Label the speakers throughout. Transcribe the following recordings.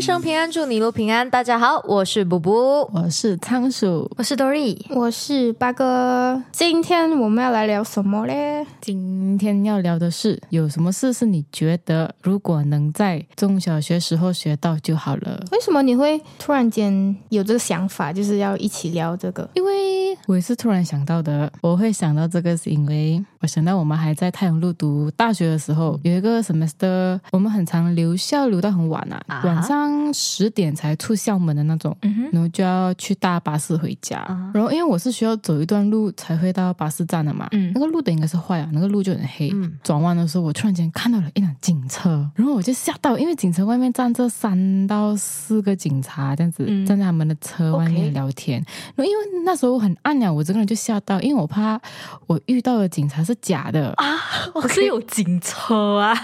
Speaker 1: 生平安，祝你一路平安。大家好，我是布布，
Speaker 2: 我是仓鼠，
Speaker 1: 我是 Dory。
Speaker 3: 我是八哥，今天我们要来聊什么嘞？
Speaker 2: 今天要聊的是有什么事是你觉得如果能在中小学时候学到就好了。
Speaker 3: 为什么你会突然间有这个想法，就是要一起聊这个？
Speaker 2: 因为我也是突然想到的，我会想到这个是因为我想到我们还在太阳路读大学的时候，有一个 semester 我们很常留校留到很晚啊，
Speaker 1: 啊哈
Speaker 2: 晚上十点才出校门的那种，
Speaker 1: 嗯哼，
Speaker 2: 然后就要去搭巴士回家。
Speaker 1: 啊
Speaker 2: 然后因为我是需要走一段路才会到巴士站的嘛，
Speaker 1: 嗯
Speaker 2: 那个路灯应该是坏啊了，那个路就很黑。
Speaker 1: 嗯
Speaker 2: 转弯的时候，我突然间看到了一辆警车，然后我就吓到，因为警车外面站着三到四个警察，这样子、
Speaker 1: 嗯
Speaker 2: 站在他们的车外
Speaker 1: OK
Speaker 2: 面聊天。然后因为那时候很暗啊了，我整个人就吓到，因为我怕我遇到的警察是假的。
Speaker 1: 啊我是有警车 啊！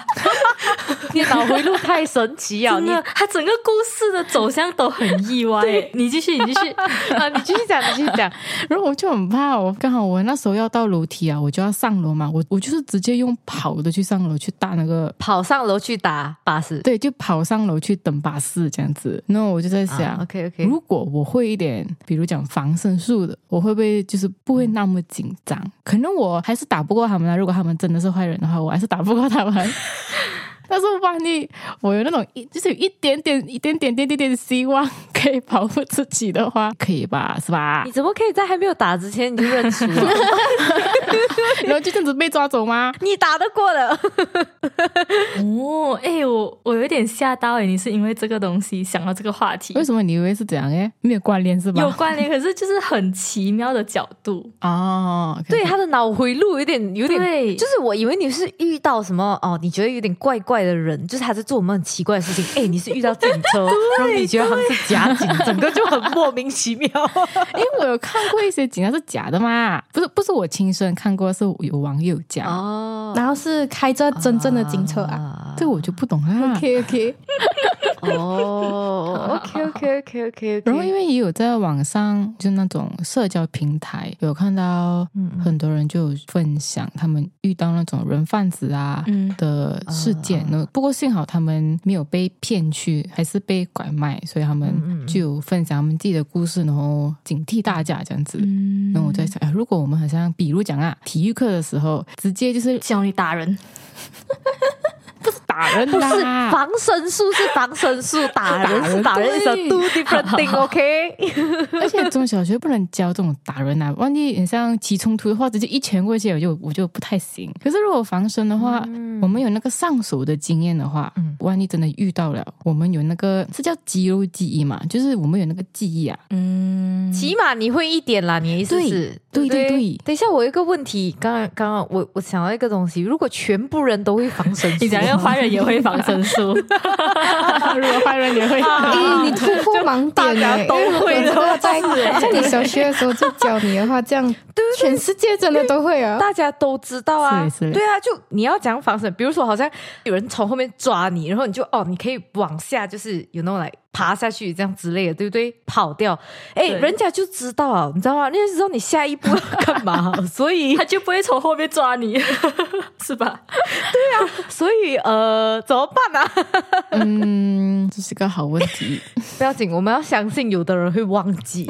Speaker 1: 你脑哦回路太神奇啊！
Speaker 4: 真
Speaker 1: 你
Speaker 4: 的，他整个故事的走向都很意外。你继续，你继续。
Speaker 2: 啊，你继续讲，你继续讲。然后我就很怕，我刚好我那时候要到楼梯啊，我就要上楼嘛，我我就是直接用跑的去上楼去搭那个
Speaker 1: 跑上楼去打巴士，
Speaker 2: 对，就跑上楼去等巴士这样子。那我就在想、
Speaker 1: 啊，OK OK，
Speaker 2: 如果我会一点，比如讲防身术的，我会不会就是不会那么紧张？可能我还是打不过他们啊。如果他们真的是坏人的话，我还是打不过他们。但是万一我有那种一就是有一点点、一点点、点点点的希望可以保护自己的话，可以吧？是 吧
Speaker 1: 你？怎么可以在还没有打之前你就认输啊？
Speaker 2: 然后就这样子被抓走吗？
Speaker 1: 你打得过的，
Speaker 4: 哦，哎、我我有点吓到哎、你是因为这个东西想到这个话题
Speaker 2: 为，什么你以为是这样？哎，没有关联是吧？
Speaker 4: 有关 联，可是就是很奇妙的角度。
Speaker 2: 哦，OK，
Speaker 1: 对他的脑回路有点有点。
Speaker 4: 对，
Speaker 1: 就是是我以为你是遇到什么哦，你觉得有点怪怪的人，就是他在做我们很奇怪的事情。 哎，你是遇到警车，然后你觉得他们是假警，整个就很莫名其妙。
Speaker 2: 因哎为我有看过一些警察是假的嘛，不是不是我亲身看过，是有网友讲，
Speaker 1: 哦
Speaker 3: 然后是开着真正的警车啊。
Speaker 1: 啊
Speaker 2: 这我就不懂啊。
Speaker 3: OK OK，
Speaker 1: 哦，OK OK OK OK，
Speaker 2: 然后因为也有在网上就那种社交平台有看到
Speaker 1: 嗯嗯
Speaker 2: 很多人就有分享他们遇到那种人贩子啊。
Speaker 4: 嗯，
Speaker 2: 的事件，
Speaker 1: 啊
Speaker 2: 那不过幸好他们没有被骗去，还是被拐卖，所以
Speaker 1: 嗯
Speaker 2: 他
Speaker 1: 嗯
Speaker 2: 们
Speaker 1: 嗯
Speaker 2: 就有分享他们自己的故事，然后警惕大家这样子。
Speaker 4: 嗯
Speaker 2: 那我在想，哎如果我们好像比如讲啊，体育课的时候直接就是
Speaker 4: 教你打人，
Speaker 2: 打人
Speaker 1: 不是
Speaker 2: 啦，
Speaker 1: 防身术是防身术，打人是打人，is a two different thing，OK？
Speaker 2: 而且中小学不能教这种打人啊，万一你像起冲突的话，直接一拳过去，我就我就不太行。可是如果防身的话，我们有那个上手的经验的话，
Speaker 1: 嗯
Speaker 2: 万一真的遇到了，我们有那个是叫肌肉记忆嘛，就是我们有那个记忆啊。
Speaker 4: 嗯，
Speaker 1: 起码你会一点啦，你的意思
Speaker 2: 对
Speaker 1: 是？
Speaker 2: 对
Speaker 1: 不
Speaker 2: 对对
Speaker 1: 等一下，我有一个问题，刚刚刚刚我我想到一个东西，如果全部人都会防身术，
Speaker 4: 你讲要坏人也会防身 术，啊
Speaker 2: 如果坏人也 会，
Speaker 3: 哎、你突破盲
Speaker 1: 啊 大
Speaker 3: 点
Speaker 1: 家
Speaker 3: 哎、
Speaker 1: 都会
Speaker 3: 因为我
Speaker 1: 的
Speaker 3: 这个在在你小学的时候就教你的话，这样
Speaker 1: 对对
Speaker 3: 全世界真的都 会啊。
Speaker 1: 大家都知道啊，
Speaker 2: 是是
Speaker 1: 对啊，就你要讲防身，比如说好像有人从后面抓你，然后你就哦，你可以往下，就是有那种来爬下去这样之类的，对不对？跑掉，哎，
Speaker 4: 对
Speaker 1: 人家就知道啊，你知道吗？人家就知道你下一步要干嘛，所以
Speaker 4: 他就不会从后面抓你， 是吧？
Speaker 1: 所以呃，怎么办呢、啊？
Speaker 2: 嗯，这是个好问题。
Speaker 1: 不要紧，我们要相信有的人会忘记。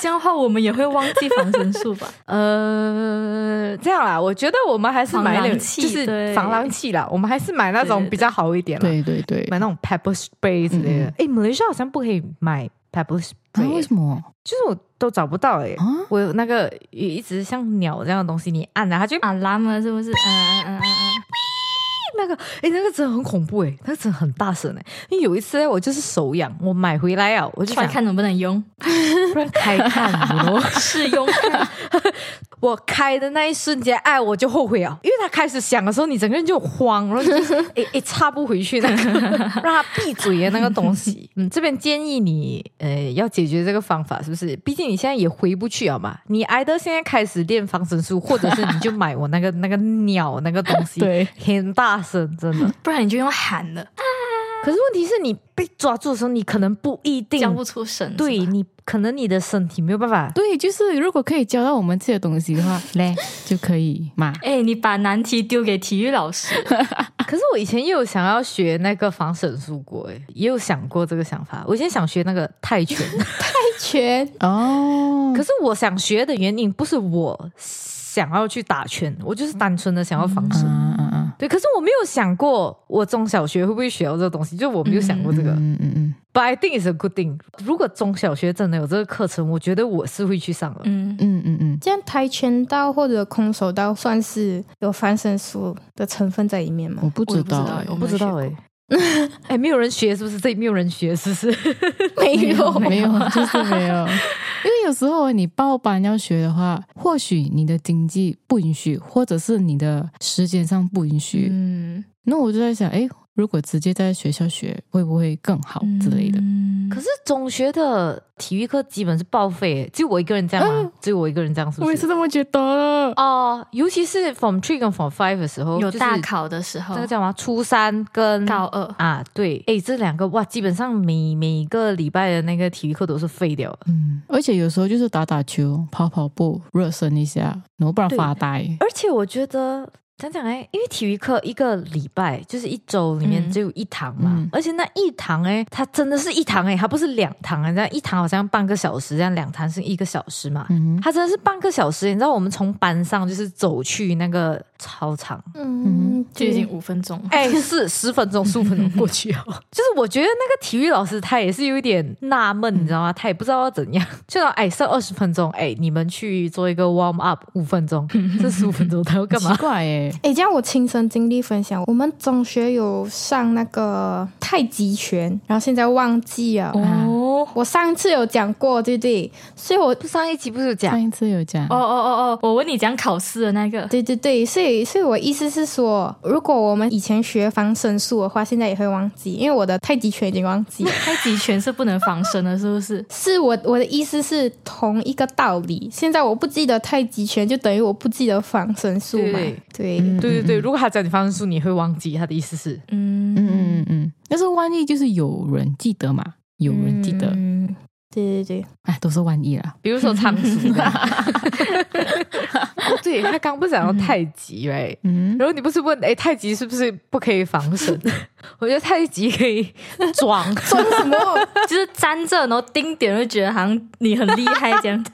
Speaker 4: 这样的话，我们也会忘记防身术吧？
Speaker 1: 呃，这样啦，我觉得我们还是买那种
Speaker 4: 防狼器
Speaker 1: 就是
Speaker 4: 对
Speaker 1: 防狼器啦，我们还是买那
Speaker 4: 对
Speaker 1: 种
Speaker 4: 对
Speaker 1: 比较好一点啦，
Speaker 2: 对对对，
Speaker 1: 买那种 pepper spray 之类的。哎、马来西亚好像不可以买 pepper
Speaker 2: 啊，
Speaker 1: spray，、
Speaker 2: 为什么
Speaker 1: 就是我都找不到哎、
Speaker 2: 啊？
Speaker 1: 我有那个有一直像鸟这样的东西，你按啊了它
Speaker 2: 啊
Speaker 1: 就
Speaker 4: 阿拉嘛，是不是？嗯嗯嗯嗯嗯。
Speaker 1: 那个，哎、那个真的很恐怖哎、那个真的很大声哎、因为有一次呢我就是手痒，我买回来啊，我就
Speaker 4: 出来
Speaker 1: 想
Speaker 4: 看能不能用，
Speaker 1: 不然开看，你咯
Speaker 4: 试哦用看。
Speaker 1: 我开的那一瞬间，哎，我就后悔啊，因为它开始响的时候，你整个人就慌，然后就是 哎哎插不回去那个让它闭嘴的那个东西。 嗯，这边建议你呃要解决这个方法，是不是？毕竟你现在也回不去了嘛，你挨得现在开始练防身术，或者是你就买我那 个那个鸟那个东西，
Speaker 2: 对，
Speaker 1: 很大声，真 的。
Speaker 4: 不然你就用喊的，
Speaker 1: 可是问题是你被抓住的时候，你可能不一定
Speaker 4: 叫不出声。
Speaker 1: 对
Speaker 4: 是吧，
Speaker 1: 你可能你的身体没有办法。
Speaker 2: 对，就是如果可以教到我们这些东西的话，嘞就可以嘛。
Speaker 4: 哎，你把难题丢给体育老师，
Speaker 1: 可是我以前也有想要学那个防身术过，哎，也有想过这个想法。我以前想学那个泰拳，
Speaker 3: 拳
Speaker 2: 哦，
Speaker 1: 可是我想学的原因不是我想要去打拳，我就是单纯的想要防身。
Speaker 2: 嗯嗯嗯
Speaker 1: 对，可是我没有想过我中小学会不会学到这个东西，就我没有想过这个。
Speaker 2: 嗯嗯嗯
Speaker 1: But I think it's a good thing。如果中小学真的有这个课程，我觉得我是会去上的。
Speaker 4: 嗯，
Speaker 2: 嗯嗯嗯，
Speaker 3: 这样跆拳道或者空手道算是有翻身术的成分在里面吗？
Speaker 2: 我不知道
Speaker 4: 我也
Speaker 2: 哎，
Speaker 1: 我
Speaker 4: 没
Speaker 1: 不知道哎、
Speaker 4: 学
Speaker 1: 欸，哎、没有人学是不是？这里没有人学是不是？
Speaker 3: 嗯没有，
Speaker 2: 没有，就是没有。因为有时候你报班要学的话，或许你的经济不允许，或者是你的时间上不允许。
Speaker 4: 嗯
Speaker 2: 那我就在想，哎，如果直接在学校学，会不会更好之类的？
Speaker 4: 嗯
Speaker 1: 可是中学的体育课基本是报废、欸，只有我一个人这样吗？
Speaker 4: 嗯
Speaker 1: 只有我一个人这样是不是？
Speaker 2: 这么觉得。
Speaker 1: 哦、尤其是 from three 跟 from five 的时候，
Speaker 4: 有大
Speaker 1: 就是
Speaker 4: 考的时候
Speaker 1: 那个，叫什么？初三跟
Speaker 4: 高二
Speaker 1: 啊，对，哎，这两个哇，基本上每每个礼拜的那个体育课都是废掉的。
Speaker 2: 嗯，而且有时候就是打打球、跑跑步、热身一下，然后不然
Speaker 1: 对
Speaker 2: 发呆。
Speaker 1: 而且我觉得讲讲哎，因为体育课一个礼拜就是一周里面
Speaker 4: 嗯
Speaker 1: 只有一堂嘛，
Speaker 2: 嗯
Speaker 1: 而且那一堂哎，它真的是一堂哎，它不是两堂啊，这样一堂好像半个小时，这样两堂是一个小时嘛。
Speaker 2: 嗯哼，
Speaker 1: 它真的是半个小时，你知道我们从班上就是走去那个操场，
Speaker 3: 嗯，
Speaker 4: 就已经
Speaker 3: 对
Speaker 4: 五分钟了，
Speaker 1: 哎，是十分钟、十五分钟过去哦。 就是我觉得那个体育老师他也是有一点纳闷，你知道吗？他也不知道要怎样， 就说哎，剩二十分钟，哎，你们去做一个 warm up 五分 钟，这十五分钟他要干嘛
Speaker 2: 奇？怪哎、
Speaker 3: 诶，这样我亲身经历分享，我们中学有上那个太极拳，然后现在忘记了。
Speaker 4: 哦
Speaker 3: 我上次有讲过，对不对？所以我
Speaker 1: 上一集不是有讲
Speaker 2: 上一次有讲
Speaker 4: 哦哦哦哦，我问你讲考试的那个，
Speaker 3: 对对对，所以所以我意思是说，如果我们以前学防身术的话，现在也会忘记，因为我的太极拳已经忘 记了。
Speaker 4: 太极拳是不能防身的，是不是？
Speaker 3: 是我我的意思是同一个道理。现在我不记得太极拳，就等于我不记得防身术嘛。
Speaker 1: 对
Speaker 3: 对，
Speaker 2: 嗯
Speaker 1: 对对对，如果他教你方程数，你会忘记他的意思是，
Speaker 4: 嗯
Speaker 2: 嗯嗯嗯嗯，但是万一就是有人记得嘛，有人记得，
Speaker 3: 嗯，对对对，
Speaker 2: 哎、都是万一啦。
Speaker 1: 比如 说啊仓鼠。哦，对他刚不是讲到太极哎，
Speaker 2: 嗯，
Speaker 1: 然后你不是问哎太极是不是不可以防身？ 我觉得太极可以 装，
Speaker 3: 装什么？
Speaker 4: 就是站着，然后定点就觉得好像你很厉害这样。 对，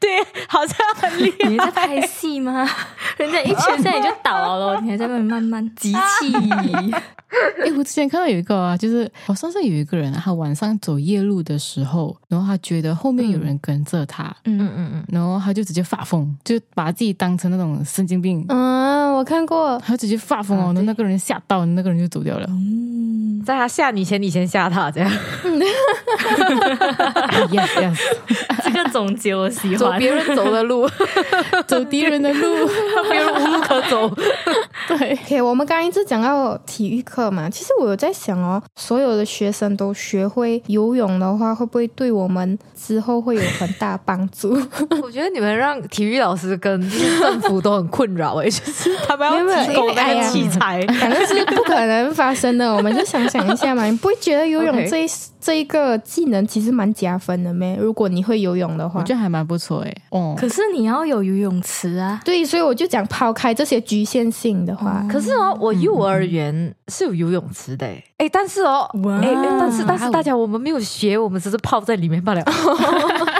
Speaker 1: 对，好像很厉
Speaker 4: 你在拍戏 吗？人家一拳下你就倒了，你还在那边慢慢集气。
Speaker 2: 哎、我之前看到有一个啊，就是好像是有一个人、啊，他晚上走夜路的时候，然后他觉得后面有人跟着他，
Speaker 1: 嗯嗯嗯，
Speaker 2: 然后他就直接发疯，就把自己当成那种神经病，
Speaker 3: 嗯，我看过，
Speaker 2: 他就直接发疯哦，然后那个人吓到，那个人就走掉了。
Speaker 1: 在他吓你前，你先吓他，这样
Speaker 2: yes yes，
Speaker 4: 这个总结我喜
Speaker 1: 走
Speaker 4: 欢。
Speaker 1: 别人走的路，
Speaker 2: 走敌人的路，
Speaker 1: 别人无路可走。
Speaker 2: 对，
Speaker 3: OK，我们刚刚一直讲到体育课嘛，其实我有在想哦，所有的学生都学会游泳的话，会不会对我们之后会有很大帮 助？
Speaker 1: 我觉得你们让体育老师跟政府都很困扰哎，就是他们
Speaker 3: 没有没
Speaker 1: 要
Speaker 3: 有
Speaker 1: 提供那
Speaker 3: 哎
Speaker 1: 个
Speaker 3: 呀
Speaker 1: 器材。
Speaker 3: 反正是不可能发生的，我们就想想一 下嘛。你不会觉得游泳
Speaker 1: OK
Speaker 3: 这一这一个技能其实蛮加分的咩？如果你会游泳的
Speaker 2: 我
Speaker 3: 话
Speaker 2: 觉，得还蛮不错哎。哦，
Speaker 4: 可是你要有游泳池啊。
Speaker 3: 对，所以我就讲抛开这些局限性的话，
Speaker 1: 可是哦，我幼儿园是有游泳池的诶，哎，但是哦，
Speaker 4: 哇
Speaker 1: 哎，哎但是但
Speaker 2: 哇
Speaker 1: 是
Speaker 2: 哦
Speaker 1: 大家我们没有学，我们只是泡在里面罢了。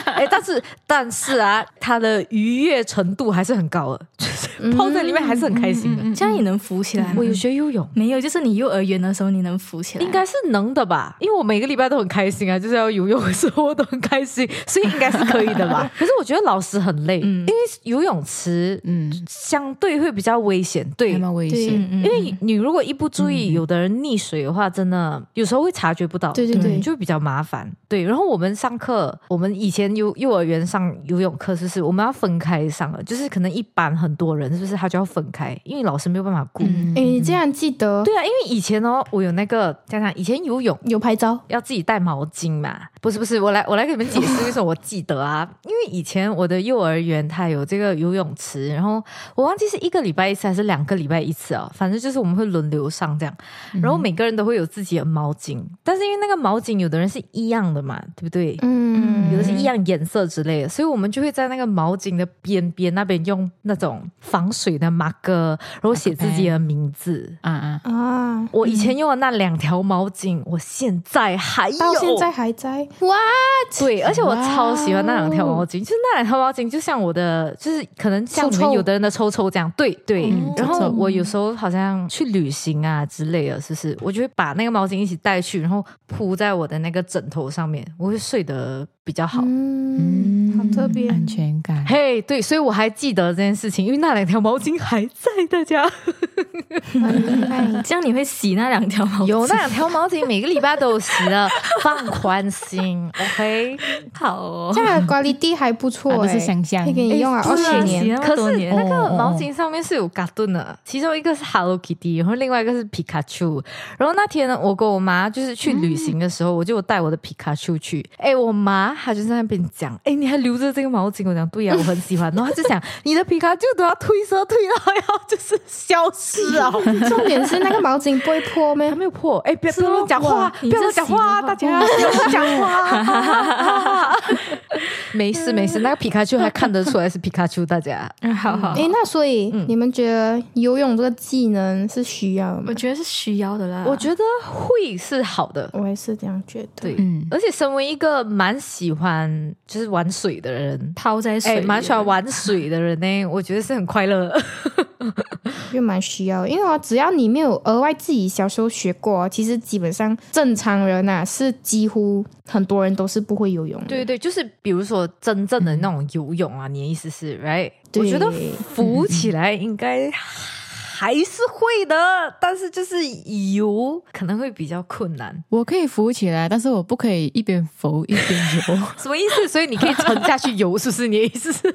Speaker 1: 哎，但是但是啊，它的愉悦程度还是很高的，就是泡在里面还是很开心
Speaker 2: 嗯
Speaker 1: 的。
Speaker 4: 这样你能浮起来吗
Speaker 1: 我？有学游泳。
Speaker 4: 没有，就是你幼儿园的时候你能浮起
Speaker 1: 嗯
Speaker 4: 来，
Speaker 1: 应该是能的吧，因为我每个礼拜都很开心啊，就是要游泳的时候我都很开心，所以应该是可以的吧。可是我觉得老师很累，
Speaker 4: 嗯
Speaker 1: 因为游泳池
Speaker 2: 嗯，
Speaker 1: 相对会比较危险，对
Speaker 2: 还。蛮危
Speaker 3: 对
Speaker 2: 险。
Speaker 4: 嗯
Speaker 1: 因为你如果一不注意，有的人溺水的话，真的有时候会察觉不到，
Speaker 3: 对对对
Speaker 1: 嗯就比较麻烦。对，然后我们上课，我们以前幼幼儿园上游泳课，就是我们要分开上了，就是可能一班很多人，是不是他就要分开，因为老师没有办法顾。
Speaker 2: 嗯
Speaker 3: 诶，你这样记得
Speaker 1: 对啊，因为以前哦，我有那个讲讲以前游泳
Speaker 3: 有拍照，
Speaker 1: 要自己带毛巾嘛，不是不是，我来我来给你们解释为什么我记得 啊，因为以前我的幼儿园它有这个游泳池，然后我忘记是一个礼拜一次还是两个礼拜一次哦，反正就是我们会轮流上这样，
Speaker 3: 嗯
Speaker 1: 然后每个人都会有自己的毛巾，但是因为那个毛巾有的人是一样的嘛，对不对？
Speaker 3: 嗯，
Speaker 1: 有的是一样颜色之类的，所以我们就会在那个毛巾的边边那边用那种防水的马克，然后写自己的名字。
Speaker 2: 啊啊，
Speaker 3: 啊，
Speaker 1: 我以前用的那两条毛巾，我现在还有，
Speaker 3: 到现在还在哇，
Speaker 1: 对，而且我超喜欢那两条毛巾，就是那两条毛巾就像我的，就是可能像你
Speaker 3: 臭
Speaker 1: 们
Speaker 3: 臭
Speaker 1: 有的人的抽抽这样，对对。
Speaker 2: 嗯
Speaker 1: 然
Speaker 2: 臭
Speaker 1: 后
Speaker 2: 臭
Speaker 1: 我有时候好像去旅行啊之类的，是不是？我就会把那个毛巾一起带去，然后铺在我的那个枕头上面，我会睡得比较好。
Speaker 3: 嗯，好特别，
Speaker 2: 安全感。
Speaker 1: 嘿对，所以我还记得这件事情，因为那两条毛巾还在大家。
Speaker 2: 嗯
Speaker 3: 很厉害。
Speaker 4: 这样你会洗那两条毛巾？
Speaker 1: 有那两条毛巾，每个礼拜都有洗的，放宽心，OK。
Speaker 4: 好哦
Speaker 3: 这。样的管理地还不错
Speaker 2: 啊
Speaker 3: 欸，
Speaker 2: 都是香香
Speaker 3: 可以给你用了
Speaker 1: 哎
Speaker 3: 二
Speaker 1: 对啊
Speaker 3: 十
Speaker 4: 洗
Speaker 3: 年。
Speaker 4: 那么
Speaker 1: 可
Speaker 4: 多
Speaker 1: 是
Speaker 4: 年
Speaker 1: 那个
Speaker 2: 哦
Speaker 1: 毛巾上面是有嘎顿的，其中一个是 Hello Kitty，然后另外一个是皮卡丘。然后那天呢，我跟我妈就是去旅行的时候，我就有带我的皮卡丘去。哎，我妈她就在那边讲，哎，你还留着这个毛巾？我讲对呀、啊我很喜欢。然后她就讲，你的皮卡丘都要褪色，褪到要就是消失 啊。
Speaker 3: 重点是那个毛巾不会破 咩
Speaker 1: 还？没有破，哎，别不要乱讲话，不
Speaker 4: 你
Speaker 1: 要乱
Speaker 4: 这
Speaker 1: 讲
Speaker 4: 行的
Speaker 1: 话，
Speaker 4: 话
Speaker 1: 大家不要乱讲话。 没事没事，那个皮卡丘还看得出来是皮卡丘，大家。
Speaker 4: 嗯，好好。
Speaker 3: 诶，那所以
Speaker 1: 嗯
Speaker 3: 你们觉得游泳这个技能是需要的吗
Speaker 4: 我？觉得是需要的啦。
Speaker 1: 我觉得会是好的，
Speaker 3: 我也是这样觉得。
Speaker 1: 对，
Speaker 2: 嗯
Speaker 1: 而且身为一个蛮喜欢就是玩水的人，
Speaker 4: 泡在水
Speaker 1: 哎，
Speaker 4: 里
Speaker 1: 蛮喜欢玩水的人呢， 我觉得是很快乐的。
Speaker 3: 就蛮需要的，因为哦，只要你没有额外自己小时候学过哦，其实基本上正常人呐、是几乎很多人都是不会游泳 的。
Speaker 1: 对对，就是比如说真正的那种游泳啊，你的意思是，right？
Speaker 3: 对
Speaker 1: 我觉得浮起来应该还是会的，但是就是游可能会比较困难。
Speaker 2: 我可以浮起来，但是我不可以一边浮一边游。
Speaker 1: 什么意思？所以你可以沉下去游，是不是？你的意思是？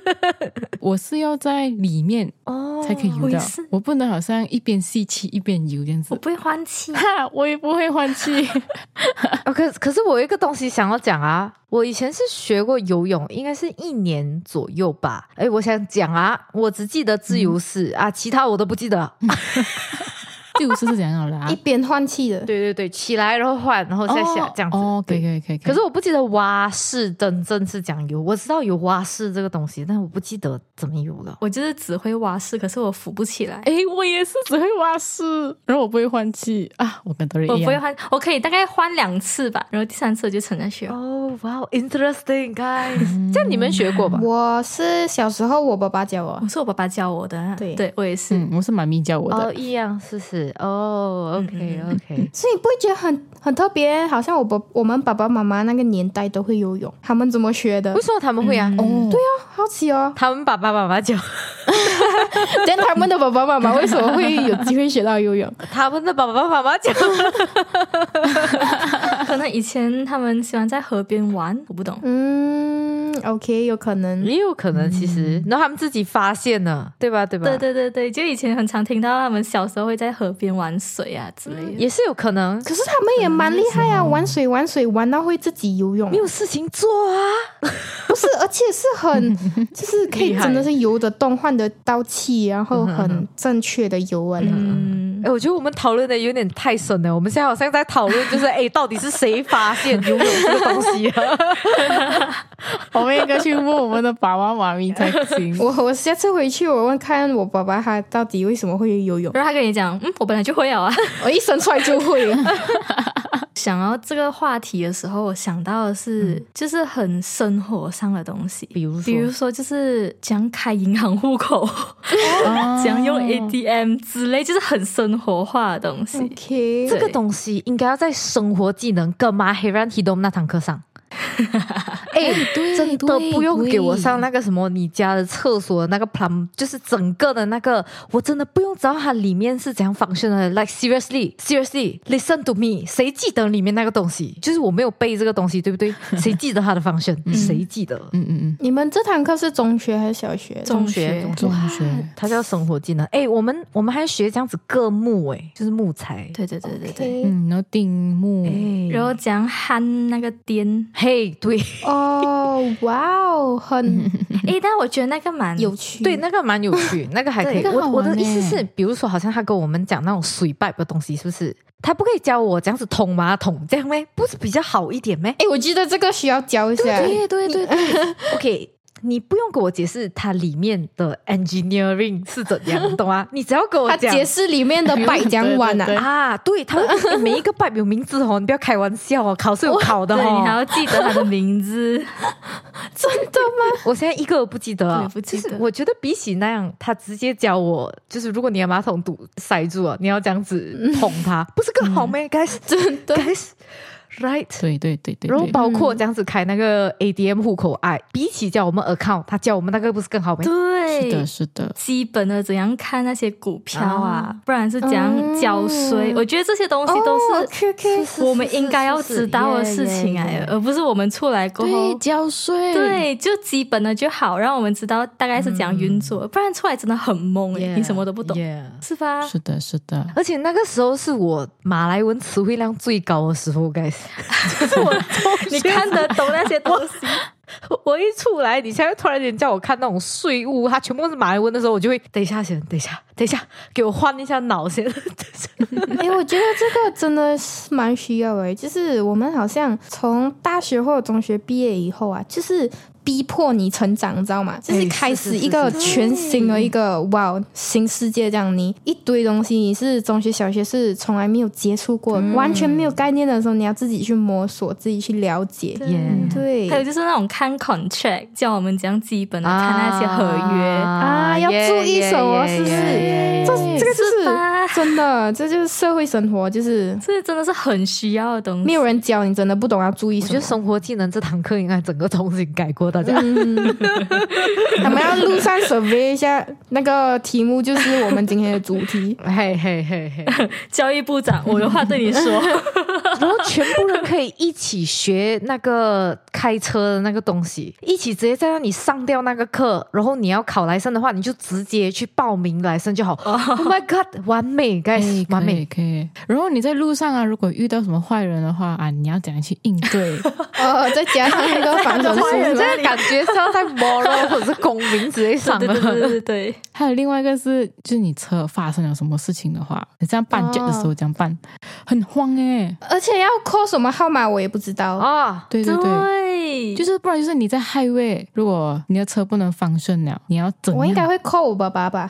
Speaker 2: 我是要在里面
Speaker 1: 哦
Speaker 2: 才可以游
Speaker 4: 我也
Speaker 2: 到，
Speaker 4: 是
Speaker 2: 我不能好像一边吸气一边游这样
Speaker 4: 我
Speaker 2: 子。
Speaker 4: 不会换气。
Speaker 2: 哈，我也不会换气。
Speaker 1: 啊，可可是我有一个东西想要讲啊，我以前是学过游泳，应该是一年左右吧。哎，我想讲啊，我只记得自由式、
Speaker 2: 嗯
Speaker 1: 啊，其他我都不记得。
Speaker 2: 第五次是怎样 了啦
Speaker 3: 一？边换气的，
Speaker 1: 啊对对对，起来然后换，然后再下、
Speaker 2: 哦
Speaker 1: 这样子。
Speaker 2: 哦，可
Speaker 1: 对
Speaker 2: 以可以可以。
Speaker 1: 可是我不记得蛙式真正是讲游，我知道有蛙式这个东西，但我不记得怎么游了。
Speaker 4: 我就是只会蛙式，可是我浮不起来。
Speaker 2: 诶，我也是只会蛙式，然后我不会换气啊，我跟多瑞
Speaker 4: 我
Speaker 2: 一
Speaker 4: 不会
Speaker 2: 样。
Speaker 4: 换，我可以大概换两次吧，然后第三次我就沉下去了。
Speaker 1: 哦，哇，interesting guys，这样你们学过吧？
Speaker 3: 我是小时候我爸爸教我
Speaker 4: 我，嗯哦是我爸爸教我的啊，
Speaker 3: 对
Speaker 4: 我也是。
Speaker 2: 嗯，我是妈咪教我
Speaker 1: 哦，
Speaker 2: 的。嗯
Speaker 1: 一样试试哦，OK OK，
Speaker 3: 所以你不会觉得很很特别，好像我爸我们爸爸妈妈那个年代都会游泳，他们怎么学的
Speaker 1: 为？什么他们会啊？，
Speaker 2: 哦，对啊，
Speaker 3: 好奇哦
Speaker 1: 他们爸爸妈妈教，
Speaker 3: 但他们的爸爸妈 妈为什么会有机会学到游泳？
Speaker 1: 他们的爸爸妈妈教。
Speaker 4: 可能以前他们喜欢在河边玩，我不懂。
Speaker 3: 嗯，OK，有可
Speaker 4: 嗯
Speaker 3: 能。
Speaker 1: 也有可能，其实，然后他们自己发现了，对吧？对吧？
Speaker 4: 对对对对，就以前很常听到他们小时候会在河边玩水啊之类的。
Speaker 1: 也是有可能，
Speaker 3: 可是他们也蛮厉害啊，玩水玩水玩到会自己游泳，
Speaker 1: 没有事情做啊。
Speaker 3: 不是，而且是 很，就是可以
Speaker 1: 厉害
Speaker 3: 真的是游得动、换得到气，然后很正确的游啊完了。
Speaker 4: 嗯，
Speaker 1: 哎，我觉得我们讨论的有点太深了，我们现在好像在讨论，就是哎，到底是谁发现游泳这个东西啊？
Speaker 2: 我们应该去问我们的爸爸妈咪才 行。
Speaker 3: 我我下次回去我问看我爸爸他到底为什么会游泳，
Speaker 4: 然后他跟你讲，嗯，我本来就会 有啊。
Speaker 3: 我一生出来就 会
Speaker 2: 哦
Speaker 3: 了。
Speaker 4: 想到这个话题的时候，我想到的是，就是很生活上的东西，
Speaker 1: 嗯比如说哦
Speaker 4: 比如说就是讲开银行户口，
Speaker 2: 哦嗯
Speaker 4: 讲用 ATM 之类，就是很生活化的
Speaker 3: 嗯
Speaker 4: 东西。
Speaker 1: 嗯
Speaker 3: OK，
Speaker 1: 这个东西应该要在生活技能跟 Mahiran Hidom 那堂课上。 哎，
Speaker 2: 对
Speaker 1: 真的
Speaker 2: 对
Speaker 1: 不用给我
Speaker 2: 对
Speaker 1: 上那个什么你家的厕所的那个 plum，就是整个的那个，我真的不用知道它里面是怎样 function 的。Like seriously, seriously, listen to me，谁记得里面那个东西？就是我没有背这个东西，对不 对？谁记得它的 function？谁记得？
Speaker 2: 嗯嗯嗯，
Speaker 3: 你们这堂课是中学还是小学？
Speaker 4: 中
Speaker 1: 学中
Speaker 2: 中学
Speaker 1: 它叫生活技能。哎，我们我们还学这样子割木，哎，就是木材。
Speaker 4: 对对对对对。
Speaker 3: OK，
Speaker 2: 嗯，然后定木，
Speaker 1: 哎，
Speaker 4: 然后讲焊那个电，
Speaker 1: 配对，
Speaker 3: 哦，哇哦， 很
Speaker 1: 嗯
Speaker 4: 诶，但我觉得那个蛮
Speaker 3: 有趣。
Speaker 1: 对，那个蛮有趣，那个还可以。
Speaker 2: 对那个
Speaker 1: 我
Speaker 2: 好
Speaker 1: 我的
Speaker 2: 玩
Speaker 1: 意思
Speaker 2: 欸
Speaker 1: 是，比如说，好像他跟我们讲那种水 pipe 的东西，是不是？他不可以教我这样子通马桶，这样咩？不是比较好一点 咩
Speaker 3: 哎，我觉得这个需要教一下。
Speaker 1: 对对对对，OK。你不用给我解释它里面的 engineering 是怎样，懂吗？你只要给我
Speaker 3: 他
Speaker 1: 讲
Speaker 3: 解释里面的百讲碗
Speaker 2: 对对
Speaker 3: 啊，
Speaker 1: 啊， 对，它会诶每一个 pipe 有名字哦，你不要开玩笑哦，考 试有考的
Speaker 4: 对你还
Speaker 1: 哦。
Speaker 4: 要记得他的名字，
Speaker 1: 我现在一个都不记得
Speaker 4: 对
Speaker 1: 了，
Speaker 4: 不记得
Speaker 1: 就是我觉得比起那样，他直接教我，就是如果你的马桶堵塞住了，你要这样子捅它，不是更好吗、g u y s
Speaker 3: 真的
Speaker 1: guys，right？
Speaker 2: 对对对对
Speaker 1: 然后
Speaker 2: 对，
Speaker 1: 包括这样子开那个 ADM 户口 I，比起教我们 account，他教我们那个不是更好吗？
Speaker 2: 是的，
Speaker 4: 对。
Speaker 2: 是的，
Speaker 4: 基本的怎样看那些股票啊，
Speaker 1: 啊
Speaker 4: 不然是怎样交税？
Speaker 3: 嗯
Speaker 4: 我觉得这些东西都是
Speaker 3: Q Q，
Speaker 4: 我们应该要知道的事情哎，而不是我们出来过
Speaker 2: 对
Speaker 4: 后。
Speaker 2: 交税，
Speaker 4: 对，就基本的就好，让我们知道大概是怎样运作，不然出来真的很懵哎
Speaker 1: Yeah，
Speaker 4: 你什么都不懂
Speaker 1: yeah
Speaker 4: 是吧？
Speaker 2: 是的，是的，
Speaker 1: 而且那个时候是我马来文词汇量最高的时候，guys。就是我，
Speaker 4: 你看得懂那些东西，
Speaker 1: 我一出来，你现在突然间叫我看那种税务，它全部都是马来文的时候，我就会等一下先，等一下，等一下，给我换一下脑 先。
Speaker 3: 哎，我觉得这个真的是蛮需要哎，就是我们好像从大学或者中学毕业以后啊，就是逼迫你成长，你知道吗？就是开始一个
Speaker 1: 哎是是是
Speaker 3: 全新的一个哇新世界，这样你一堆东西你是中学、小学是从来没有接触过，
Speaker 1: 嗯
Speaker 3: 完全没有概念的时候，你要自己去摸索，自己去了解。
Speaker 1: Yeah
Speaker 3: 对，
Speaker 4: 还有就是那种看 contract，叫我们讲基本的看那些合约，
Speaker 3: 啊要注意什么是不是
Speaker 1: 啊
Speaker 3: 这这个就是
Speaker 4: 吧
Speaker 3: 是真的，这就是社会生活，就是
Speaker 4: 这真的是很需要的东西。
Speaker 3: 没有人教你，真的不懂要注意
Speaker 1: 我
Speaker 3: 什
Speaker 1: 觉得
Speaker 3: 么。
Speaker 1: 生活技能这堂课应该整个重新改过，大家。。
Speaker 3: 嗯，我们要路上 survey 一下，那个题目就是我们今天的主题
Speaker 1: 嘿嘿嘿嘿，
Speaker 4: 教育部长，我有话对你说，
Speaker 1: 然后全部人可以一起学那个开车的那个东西，一起直接在那里上掉那个课。然后你要考来生的话，你就直接去报名来生就好。oh my god，完美
Speaker 2: 哎，
Speaker 1: ，guys，完
Speaker 2: 可以
Speaker 1: 美。
Speaker 2: 可以。然后你在路上啊，如果遇到什么坏人的话啊，你要怎样去应对？
Speaker 3: 哦，再加哦上那个防守术
Speaker 1: 坏人
Speaker 3: 是吧，
Speaker 1: 这个感觉是要 在 moral 或者是公民之类上
Speaker 4: 对对对
Speaker 1: 的。
Speaker 4: 对对，
Speaker 2: 还有另外一个是，就是你车发生了什么事情的话，你这样办
Speaker 3: 哦
Speaker 2: jet 的时候这样办，很慌哎、
Speaker 3: 而且要扣什么号码我也不知道。
Speaker 1: 啊，
Speaker 2: 对对对。
Speaker 4: 哦对，
Speaker 2: 就是不然就是你在 highway，如果你的车不能方顺了，你要怎样？
Speaker 3: 我应该会扣我爸爸吧？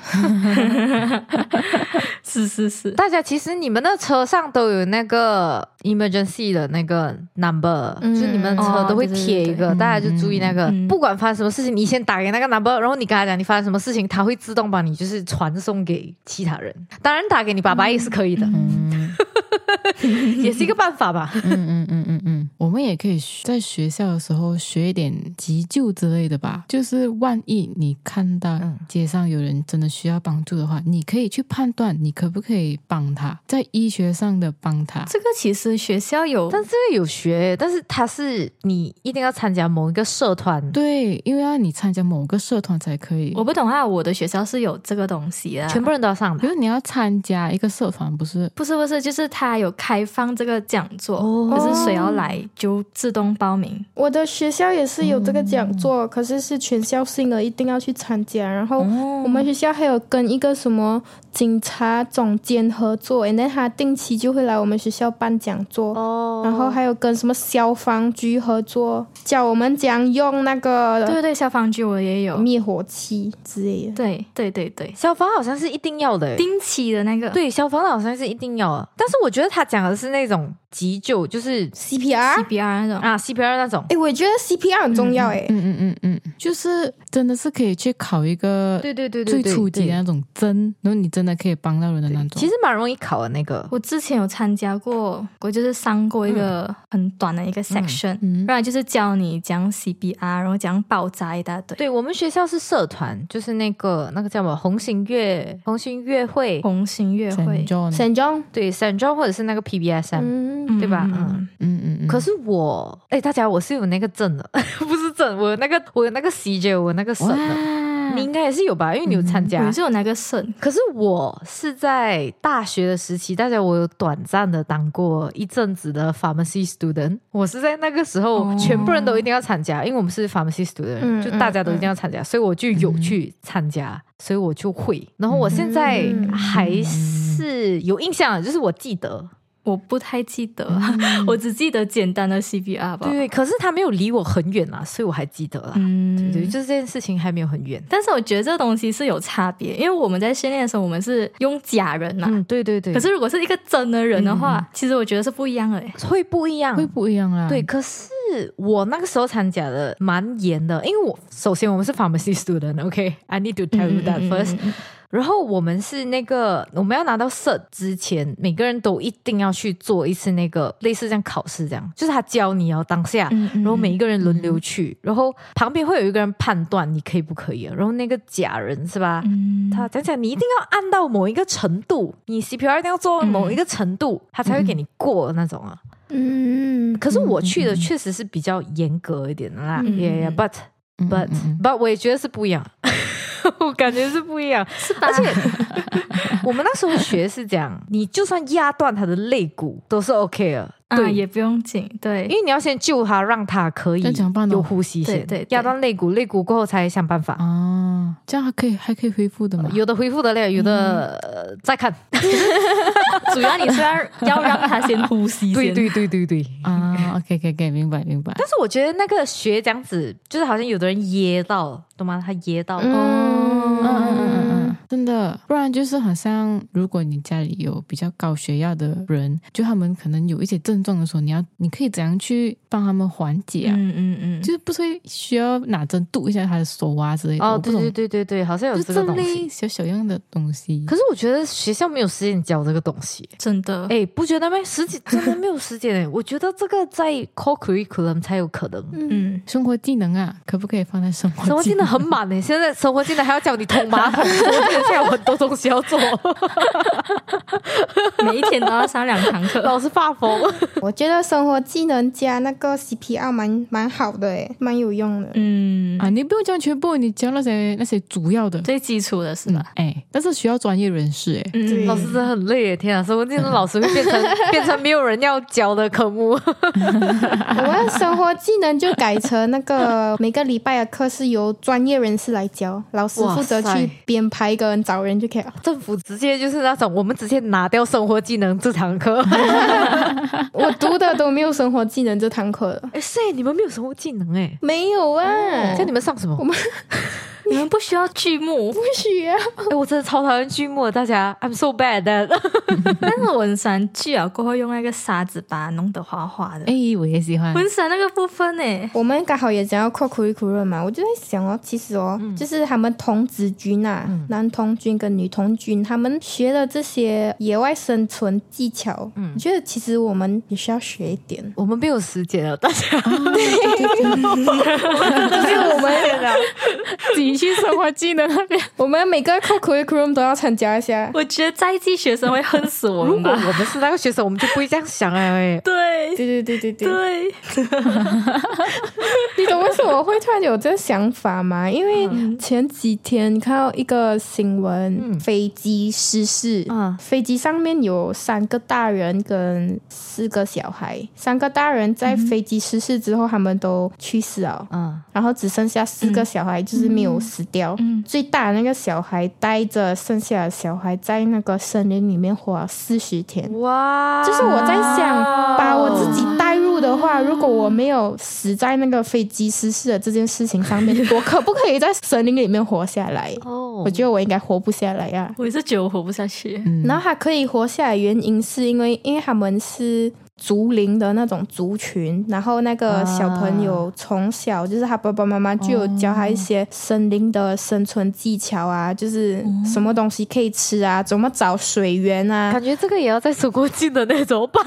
Speaker 4: 是是是，
Speaker 1: 大家其实你们的车上都有那个 emergency 的那个 number，、
Speaker 3: 嗯
Speaker 1: 就是你们的车都会贴一个，
Speaker 2: 哦对对对对
Speaker 1: 大家就注意那个。
Speaker 4: 嗯嗯
Speaker 1: 不管发生什么事情，你先打给那个 number，然后你跟他讲你发生什么事情，他会自动把你就是传送给其他人。当然打给你爸爸也是可以的，
Speaker 2: 嗯
Speaker 4: 嗯
Speaker 1: 也是一个办法吧。
Speaker 2: 嗯嗯嗯嗯嗯，我们也可以学在学校的时候学一点急救之类的吧。就是万一你看到
Speaker 1: 嗯
Speaker 2: 街上有人真的需要帮助的话，你可以去判断你可不可以帮他，在医学上的帮他。
Speaker 4: 这个其实学校有，
Speaker 1: 但这个有学，但是它是你一定要参加某一个社团。
Speaker 2: 对，因为要你参加某个社团才可以。
Speaker 4: 我不懂啊，我的学校是有这个东西啊。
Speaker 1: 全部人都要上
Speaker 2: 比
Speaker 1: 的
Speaker 2: 如你要参加一个社团，不是
Speaker 4: 不是不是，就是他有开放这个讲座，
Speaker 1: 哦
Speaker 4: 可是谁要来就自动报名。
Speaker 3: 我的学校也是有这个讲座，可是是全校性的，一定要去参加。然
Speaker 4: 哦
Speaker 3: 后我们学校还有跟一个什么警察总监合作，然后他定期就会来我们学校办讲座。
Speaker 1: 哦
Speaker 3: 然后还有跟什么消防局合作，教我们怎样用那个
Speaker 4: 对对，消防局我也有，
Speaker 3: 灭火器之类的。
Speaker 4: 对对对对，
Speaker 1: 消防好像是一定要的欸，
Speaker 4: 定期的那个，
Speaker 1: 对，消防的好像是一定要的，但是我觉得他讲的是那种急救，就是。
Speaker 3: CPR，
Speaker 4: CPR 那种，
Speaker 1: 啊，CPR 那种，
Speaker 3: 哎，我觉得 CPR 很重要哎。
Speaker 2: 嗯嗯嗯嗯，就是真的是可以去考一个
Speaker 1: 对对对对
Speaker 2: 最
Speaker 1: 对，
Speaker 2: 初级的那种针，然后你真的可以帮到人的那种。
Speaker 1: 其实蛮容易考的那个。
Speaker 4: 我之前有参加过，我就是上过一个很短的一个 section，、
Speaker 2: 嗯
Speaker 4: 不然就是教你讲 CPR，然后讲爆炸一大堆。
Speaker 1: 对我们学校是社团，就是那个那个叫什么红星乐红星乐会，
Speaker 4: 红星乐会
Speaker 2: Saint，John，
Speaker 3: 沈忠，
Speaker 1: 对散装或者是那个 PBSM，、
Speaker 3: 嗯，
Speaker 4: 嗯
Speaker 1: 对吧？
Speaker 4: 嗯
Speaker 1: 嗯，
Speaker 2: 嗯嗯嗯，
Speaker 1: 可是 我，哎，大家我是有那个证的，不是证，我有那个我有那个 CJ，我有那个省的。
Speaker 2: 哇
Speaker 1: 你应该也是有吧，因为你有参加。
Speaker 4: 我是有那个肾，
Speaker 1: 可是我是在大学的时期，大家我有短暂的当过一阵子的 pharmacy student。我是在那个时候，全部人都一定要参加，因为我们是 pharmacy student，、
Speaker 3: 嗯
Speaker 1: 就大家都一定要参加，所以我就有去参加，所以我就会。然后我现在
Speaker 3: 嗯
Speaker 1: 还是有印象，就是我记得，
Speaker 4: 我不太记得， 我只记得简单的 CPR 吧。
Speaker 1: 嗯对，可啊是他没有离我很远啊，所以我还记得啦。
Speaker 4: 嗯，
Speaker 1: 对，就是这件事情还没有很远。
Speaker 4: 但是我觉得这东西是有差别，因为我们在训练的时候，我们是用假人呐、
Speaker 1: 嗯，对对对，嗯
Speaker 4: 可是如果是一个真的人的话，其实我觉得是不一样的欸。
Speaker 1: 会不一样，
Speaker 2: 会不一样啦。
Speaker 1: 对，，可是我那个时候参加的蛮严的，因为我首先我们是 pharmacy student，OK，I、need to tell you that first、然后我们是那个我们要拿到 cert 之前，每个人都一定要去做一次那个类似这样考试，这样就是他教你要当下，
Speaker 4: 嗯
Speaker 1: 然后每一个人轮流去，然后旁边会有一个人判断你可以不可以，哦然后那个假人是吧？
Speaker 4: 嗯，
Speaker 1: 他讲讲，你一定要按到某一个程度，你 CPR 一定要做到某一个程度，他才会给你过那种啊。
Speaker 3: 嗯，
Speaker 1: 可是我去的确实是比较严格一点的啦，
Speaker 4: 嗯
Speaker 1: 也、yeah, but but、but
Speaker 2: 嗯
Speaker 1: 我也觉得是不一样， 我感觉是不一样。
Speaker 4: 是吧？
Speaker 1: 而且我们那时候学是这样， 你就算压断他的肋骨都是 OK 的，对，
Speaker 4: 啊，也不用紧，对，
Speaker 1: 因为你要先救他，让他可以
Speaker 2: 要讲办哦
Speaker 1: 有呼吸先，
Speaker 4: 对对对
Speaker 1: 压断肋骨，肋骨过后才想办法。
Speaker 2: 啊，这样还可以还可以恢复的
Speaker 4: 哦
Speaker 2: 嘛？
Speaker 1: 有的恢复得了，有的、
Speaker 4: 嗯
Speaker 1: 呃再看。
Speaker 4: 主要你是要要让他先呼吸先，
Speaker 1: 对对对对对。
Speaker 2: 啊，OK OK OK，明白明白。
Speaker 1: 但是我觉得那个血这样子，就是好像有的人噎到，懂吗？他噎
Speaker 2: 哦
Speaker 1: 到，
Speaker 2: 嗯嗯嗯嗯
Speaker 3: 嗯
Speaker 2: 嗯，真的，不然就是好像，如果你家里有比较高血压的人，就他们可能有一些症状的时候，你要你可以怎样去帮他们缓解啊？
Speaker 4: 嗯嗯嗯，
Speaker 2: 就是不是会需要拿针度一下他的手啊之类的？
Speaker 1: 哦，
Speaker 2: 我不
Speaker 1: 对
Speaker 2: 懂
Speaker 1: 对对对对，好像有
Speaker 2: 就是
Speaker 1: 这个
Speaker 2: 这
Speaker 1: 东西。
Speaker 2: 类小小样的东西。
Speaker 1: 可是我觉得学校没有时间教这个东西，
Speaker 4: 真的。
Speaker 1: 哎，不觉得吗？时间真的没有时间哎，我觉得这个在 core curriculum 才有可能。
Speaker 4: 嗯，
Speaker 2: 生活技能啊，可不可以放在生活技能？
Speaker 1: 生活技能很满哎，现在生活技能还要教你捅 马桶，生活技能现在有很多东西要做，
Speaker 4: 每一天都要上两堂 课，
Speaker 1: 老是发疯。
Speaker 3: 我觉得生活技能加那个 CPR 蛮蛮好的诶，蛮有用的。
Speaker 4: 嗯，
Speaker 2: 啊，你不用教全部，你教那些那些主要的。
Speaker 4: 最基础的是
Speaker 2: 嗯
Speaker 4: 吧？，
Speaker 2: 哎，但是需要专业人士哎。
Speaker 4: 嗯，
Speaker 3: 对
Speaker 1: 老师真的很累哎，天啊，生活技能老师会变成 变成没有人要教的科目。
Speaker 3: 我们生活技能就改成那个每个礼拜的课是由专业人士来教，老师负责
Speaker 1: 哇塞
Speaker 3: 去编排一个人找人就可以了。
Speaker 1: 政府直接就是那种，我们直接拿掉生活技能这堂课。
Speaker 3: 我读的都没有生活技能这堂课了，
Speaker 1: 哎，是哎，你们没有生活技能哎，
Speaker 3: 没有啊，
Speaker 1: 叫你们上什么？
Speaker 4: 你们不需要剧目，
Speaker 3: 不需要。
Speaker 1: 哎、我真的超讨厌剧目的，大家，I'm so bad at that。 ，
Speaker 4: 但是文山剧啊，过后用那个沙子把它弄得滑滑的。
Speaker 2: 哎，我也喜欢。
Speaker 4: 文山那个部分呢，
Speaker 3: 我们刚好也讲到扩苦一苦论嘛，我就在想哦，其实哦，就是他们童子军啊，男童军跟女童军，他们学的这些野外生存技巧，嗯，我觉得其实我们也需要学一点
Speaker 1: 我们没有时间了，大家。
Speaker 3: 就是我们
Speaker 2: 自己去生活技能那边。
Speaker 3: 我们每个扩苦一苦论都要参加一 下。
Speaker 4: 我觉得在地学生会恨死我
Speaker 1: 如
Speaker 4: 们
Speaker 1: 果
Speaker 4: 吧？
Speaker 1: 我们是那个学生，我们就不会这样想哎、喂
Speaker 4: 对
Speaker 3: 对对对对对，
Speaker 4: 对，
Speaker 3: 你懂为什么我会突然有这个想法吗？因为前几天你看到一个新闻，飞机失事，
Speaker 1: 嗯
Speaker 3: 飞机上面有三个大人跟四个小孩，三个大人在飞机失事之后，他们都去世了，
Speaker 1: 嗯，
Speaker 3: 然后只剩下四个小孩，就是没有死掉。
Speaker 4: 嗯
Speaker 3: 最大的那个小孩带着剩下的小孩在那个森林里面活了四十天。
Speaker 1: 哇，
Speaker 3: 就是我在想，把我自己带入的话，如果我没有死在那个飞机失事的这件事情上面，我可不可以在森林里面活下来？
Speaker 1: 哦
Speaker 3: 我觉得我应该活不下来呀、
Speaker 4: 我也是觉得我活不下去。
Speaker 3: 然后他可以活下来，原因是因为因为他们是竹林的那种族群，然后那个小朋友从小就是他爸爸妈妈就有教他一些森林的生存技巧啊，就是什么东西可以吃啊，怎么找水源啊，
Speaker 1: 感觉这个也要在生活技能那怎么办？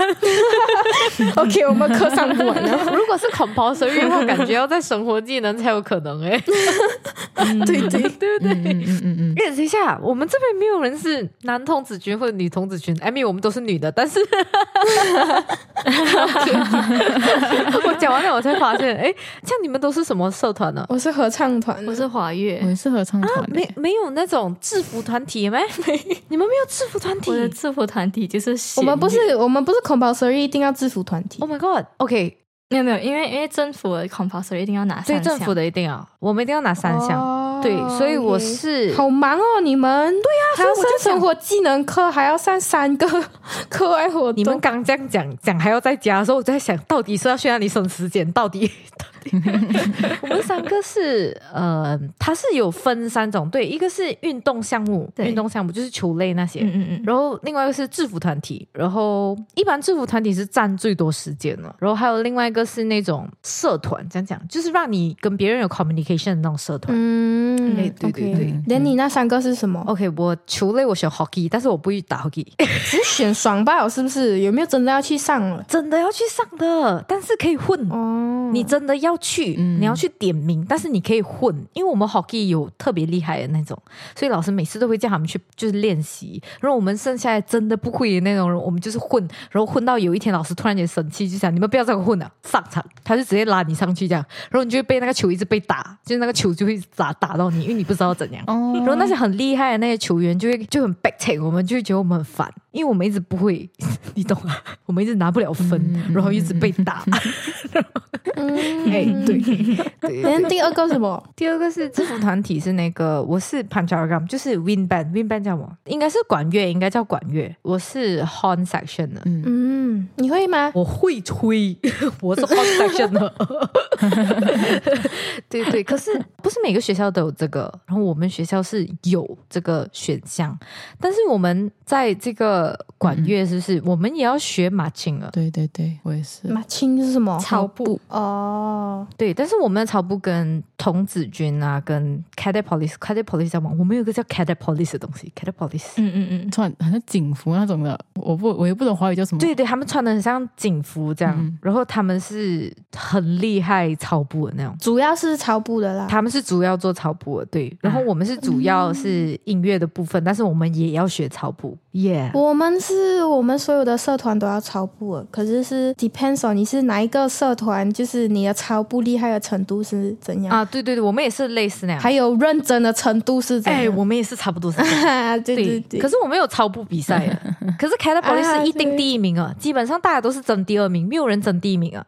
Speaker 3: OK，我们课上不完了。
Speaker 1: 如果是 compulsory 的话，感觉要在生活技能才有可能哎、 对对 对对。
Speaker 2: 嗯嗯嗯嗯，
Speaker 1: 认识一下，我们这 边没有人是男童子军或者女童子军，艾米，我们都是女的，但是我讲完了，我才发现，哎，像你们都是什么社团呢？
Speaker 3: 我是合唱团的，
Speaker 4: 我是华
Speaker 2: 我
Speaker 4: 乐，
Speaker 2: 也是合唱团哎的、
Speaker 1: 啊没没有那种制服团体没？你们没有制服团体
Speaker 4: 我的制服团体就是
Speaker 3: 我们不
Speaker 4: 弦乐
Speaker 3: 是我们不是 compulsory 一定要制服团体
Speaker 1: ？Oh，my god！OK，、
Speaker 4: 没有没有，因为因为政府的 compulsory 一定要拿
Speaker 1: 对
Speaker 4: 三
Speaker 1: 政府
Speaker 4: 的
Speaker 1: 的一定要，我们一定要拿三项。
Speaker 3: 哦
Speaker 1: 对，所以我
Speaker 3: OK
Speaker 1: 是啊
Speaker 3: 好忙哦，你们对呀、还要
Speaker 1: 所以我就
Speaker 3: 上
Speaker 1: 想
Speaker 3: 生活技能课，还要上三个 课外活动。
Speaker 1: 你们刚这样讲讲还要在家的时候，我在想到底是要去哪里省时间？到底 到 底？我们三个是呃，它是有分三种，对，一个是运动项目，
Speaker 4: 对
Speaker 1: 运动项目就是球类那些，
Speaker 4: 嗯嗯嗯，
Speaker 1: 然后另外一个是制服团体，然后一般制服团体是占最多时间了，然后还有另外一个是那种社团，这样讲就是让你跟别人有 communication 的那种社团。
Speaker 3: 嗯
Speaker 1: 哎对对对
Speaker 3: 对。连你那三个是什么？哦
Speaker 1: OK，我球类我选 hockey，但是我不会打 hockey，
Speaker 3: 只选爽爆是不是？有没有真的要去上了？
Speaker 1: 真的要去上的，但是可以混。
Speaker 3: 哦，
Speaker 1: 你真的要去，
Speaker 2: 嗯
Speaker 1: 你要去点名，但是你可以混，因为我们 hockey 有特别厉害的那种，所以老师每次都会叫他们去就是练习。然后我们剩下来真的不会的那种人，我们就是混，然后混到有一天老师突然间生气，就想你们不要这样混了、上场他就直接拉你上去这样，然后你就会被那个球一直被打，就是那个球就会打打到你，因为你不知道怎样。
Speaker 2: 哦
Speaker 1: 然后那些很厉害的那些球员就会就很 back take，我们就会觉得我们很烦，因为我们一直不会， 你懂吗？我们一直拿不了分，然后一直被 打。
Speaker 3: 嗯
Speaker 1: 哎， 对。对
Speaker 3: 连第二个是什么？
Speaker 1: 第二个是制服团体是那个，我是 Panchagram，就是 Wind Band，Wind Band 叫什么？应该是管乐，应该叫管乐。我是 Horn Section 的，
Speaker 3: 嗯，你会吗？
Speaker 1: 我会吹， 我是 Horn Section 的。 对对，可是不是每个学校都有这个，然后我们学校是有这个选项，但是我们在这个管
Speaker 3: 嗯
Speaker 1: 乐是不是、我们也要学马琴啊？
Speaker 2: 对对对，我也是。
Speaker 3: 马青是什么？
Speaker 4: 草布
Speaker 3: 哦，
Speaker 1: 对，但是我们的草部跟童子军啊，跟 Cadet Police，Cadet Police 叫什么？我们有一个叫 Cadet Police 的东西，Cadet Police。
Speaker 4: 嗯嗯嗯，
Speaker 2: 穿好像警服那种的，我不我也不懂华语叫什么。
Speaker 1: 对对，他们穿的很像警服这样，
Speaker 2: 嗯
Speaker 1: 然后他们是很厉害操步的那种，
Speaker 3: 主要是草布的啦。
Speaker 1: 他们是主要做操步的，对，然
Speaker 3: 嗯
Speaker 1: 后我们是主要是音乐的部分，但是我们也要学操步耶。
Speaker 3: 我们是我们所有的社团都要超步的，可是是 depends on 你是哪一个社团，就是你的超步厉害的程度是怎样，
Speaker 1: 啊，对对对，我们也是类似那样。
Speaker 3: 还有认真的程度是怎样。
Speaker 1: 哎，我们也是差不多是这样。
Speaker 3: 对对对，
Speaker 1: 可是我们有超步比赛的， 可是凯特保利
Speaker 3: 啊
Speaker 1: 是一定
Speaker 3: 对
Speaker 1: 第一名啊，基本上大家都是争第二名，没有人争第一名啊。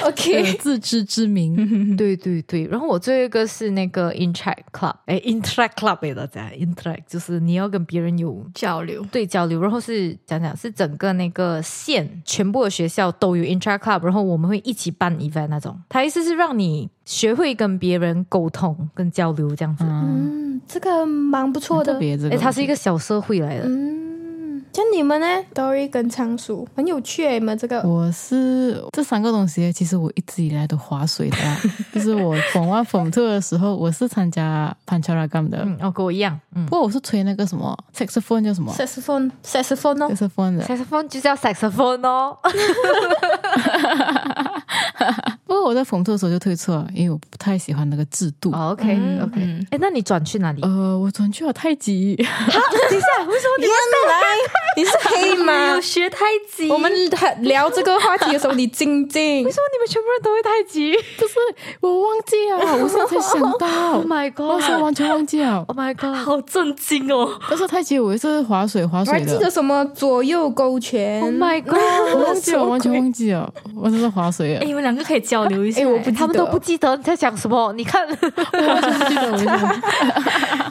Speaker 2: 有
Speaker 3: OK，
Speaker 2: 呃自知之明。
Speaker 1: 对对对，然后我最后一个是那个 interact club，哎，interact club 给大家，interact 就是你要跟别人有
Speaker 4: 交流，
Speaker 1: 对交流，然后是讲讲是整个那个县全部的学校都有 intra club，然后我们会一起办 event 那种。他意思是让你学会跟别人沟通跟交流这样子。
Speaker 2: 嗯，
Speaker 3: 嗯，这个蛮不错
Speaker 2: 很特
Speaker 3: 的。
Speaker 2: 别这
Speaker 1: 哎，
Speaker 2: 个，
Speaker 1: 它是一个小社会来的，
Speaker 3: 嗯，像你们呢，Dory 跟仓鼠很有趣诶，欸你们这个
Speaker 2: 我是这三个东西，其实我一直以来都划水的啦。就是我 from one from two 的时候，我是参加 Pancharagam 的，
Speaker 1: 嗯，哦，跟我一样，嗯
Speaker 2: 不。过我是吹那个什么 saxophone 叫什么
Speaker 3: saxophone，saxophone 哦，
Speaker 2: saxophone 的。
Speaker 1: saxophone 就叫 saxophone 哦，
Speaker 2: 不过我在 from two 的时候就退出了，因为我不太喜欢那个制度。
Speaker 1: 哦，OK OK，哎，那你转去哪里？
Speaker 2: 呃，我转去了太极，
Speaker 1: 等一下，为什么你
Speaker 3: 哎你是黑
Speaker 4: 没
Speaker 3: 吗
Speaker 4: 哎有？学太极，
Speaker 3: 我们聊这个话题的时候，你静静
Speaker 1: 为。什么你们全部人都会太极
Speaker 2: 不是我忘记 了，我现在才想到
Speaker 1: ？Oh，my
Speaker 2: 我现在
Speaker 1: god！Oh
Speaker 2: 完全忘记了。
Speaker 3: 哦
Speaker 1: Oh my god！
Speaker 4: 好震惊哦，
Speaker 2: 但是太极我也是划水划
Speaker 3: 我还
Speaker 2: 水
Speaker 3: 记
Speaker 2: 的，
Speaker 3: 得哦什么左右勾拳
Speaker 1: Oh my
Speaker 2: 我
Speaker 1: god！
Speaker 2: 忘记了，我完全忘记了，我真是划水
Speaker 4: 哎，
Speaker 2: 了，
Speaker 4: 你们两个可以交流一下，
Speaker 3: 哎我不记得
Speaker 1: 他们都不记得你在讲什么，你看。
Speaker 2: 我完全不记得我是什么。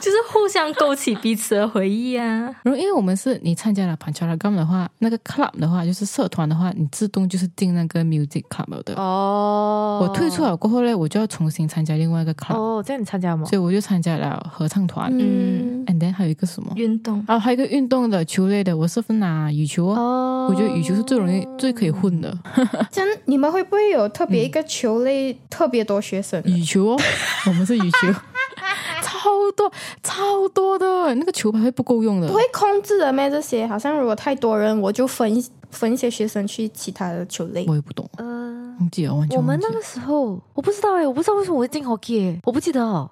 Speaker 4: 就是互相勾起彼此的回忆啊，
Speaker 2: 然后因为我们是你参加了 Pancharagam 的话，那个 club 的话就是社团的话，你自动就是进那个 music club 了 的。
Speaker 1: 哦
Speaker 2: 我退出了过后呢，我就要重新参加另外一个 club，、
Speaker 1: 哦，这样你参加吗
Speaker 2: 所？以我就参加了合唱团、
Speaker 3: 嗯
Speaker 2: a n d then 还有一个什么？
Speaker 4: 运动，
Speaker 2: 啊，还有一个运动的球类的，我是分拿羽球哦。
Speaker 1: 哦
Speaker 2: 我觉得羽球是最容易、最可以混的，
Speaker 3: 这样你们会不会有特别一个
Speaker 1: 嗯
Speaker 3: 球类特别多学生？
Speaker 2: 羽球 哦，我们是羽球，超多超多的，那个球拍会不够用的
Speaker 3: 不。会控制的咩？这些好像如果太多人，我就分一分一些学生去其他的球类
Speaker 2: 我。也不懂，
Speaker 1: 呃，
Speaker 2: 忘记了，完全
Speaker 1: 我们
Speaker 2: 忘记
Speaker 1: 那
Speaker 2: 了
Speaker 1: 个时候我不知道哎、我不知道为什么我会进 hockey，、欸、我不记得哦。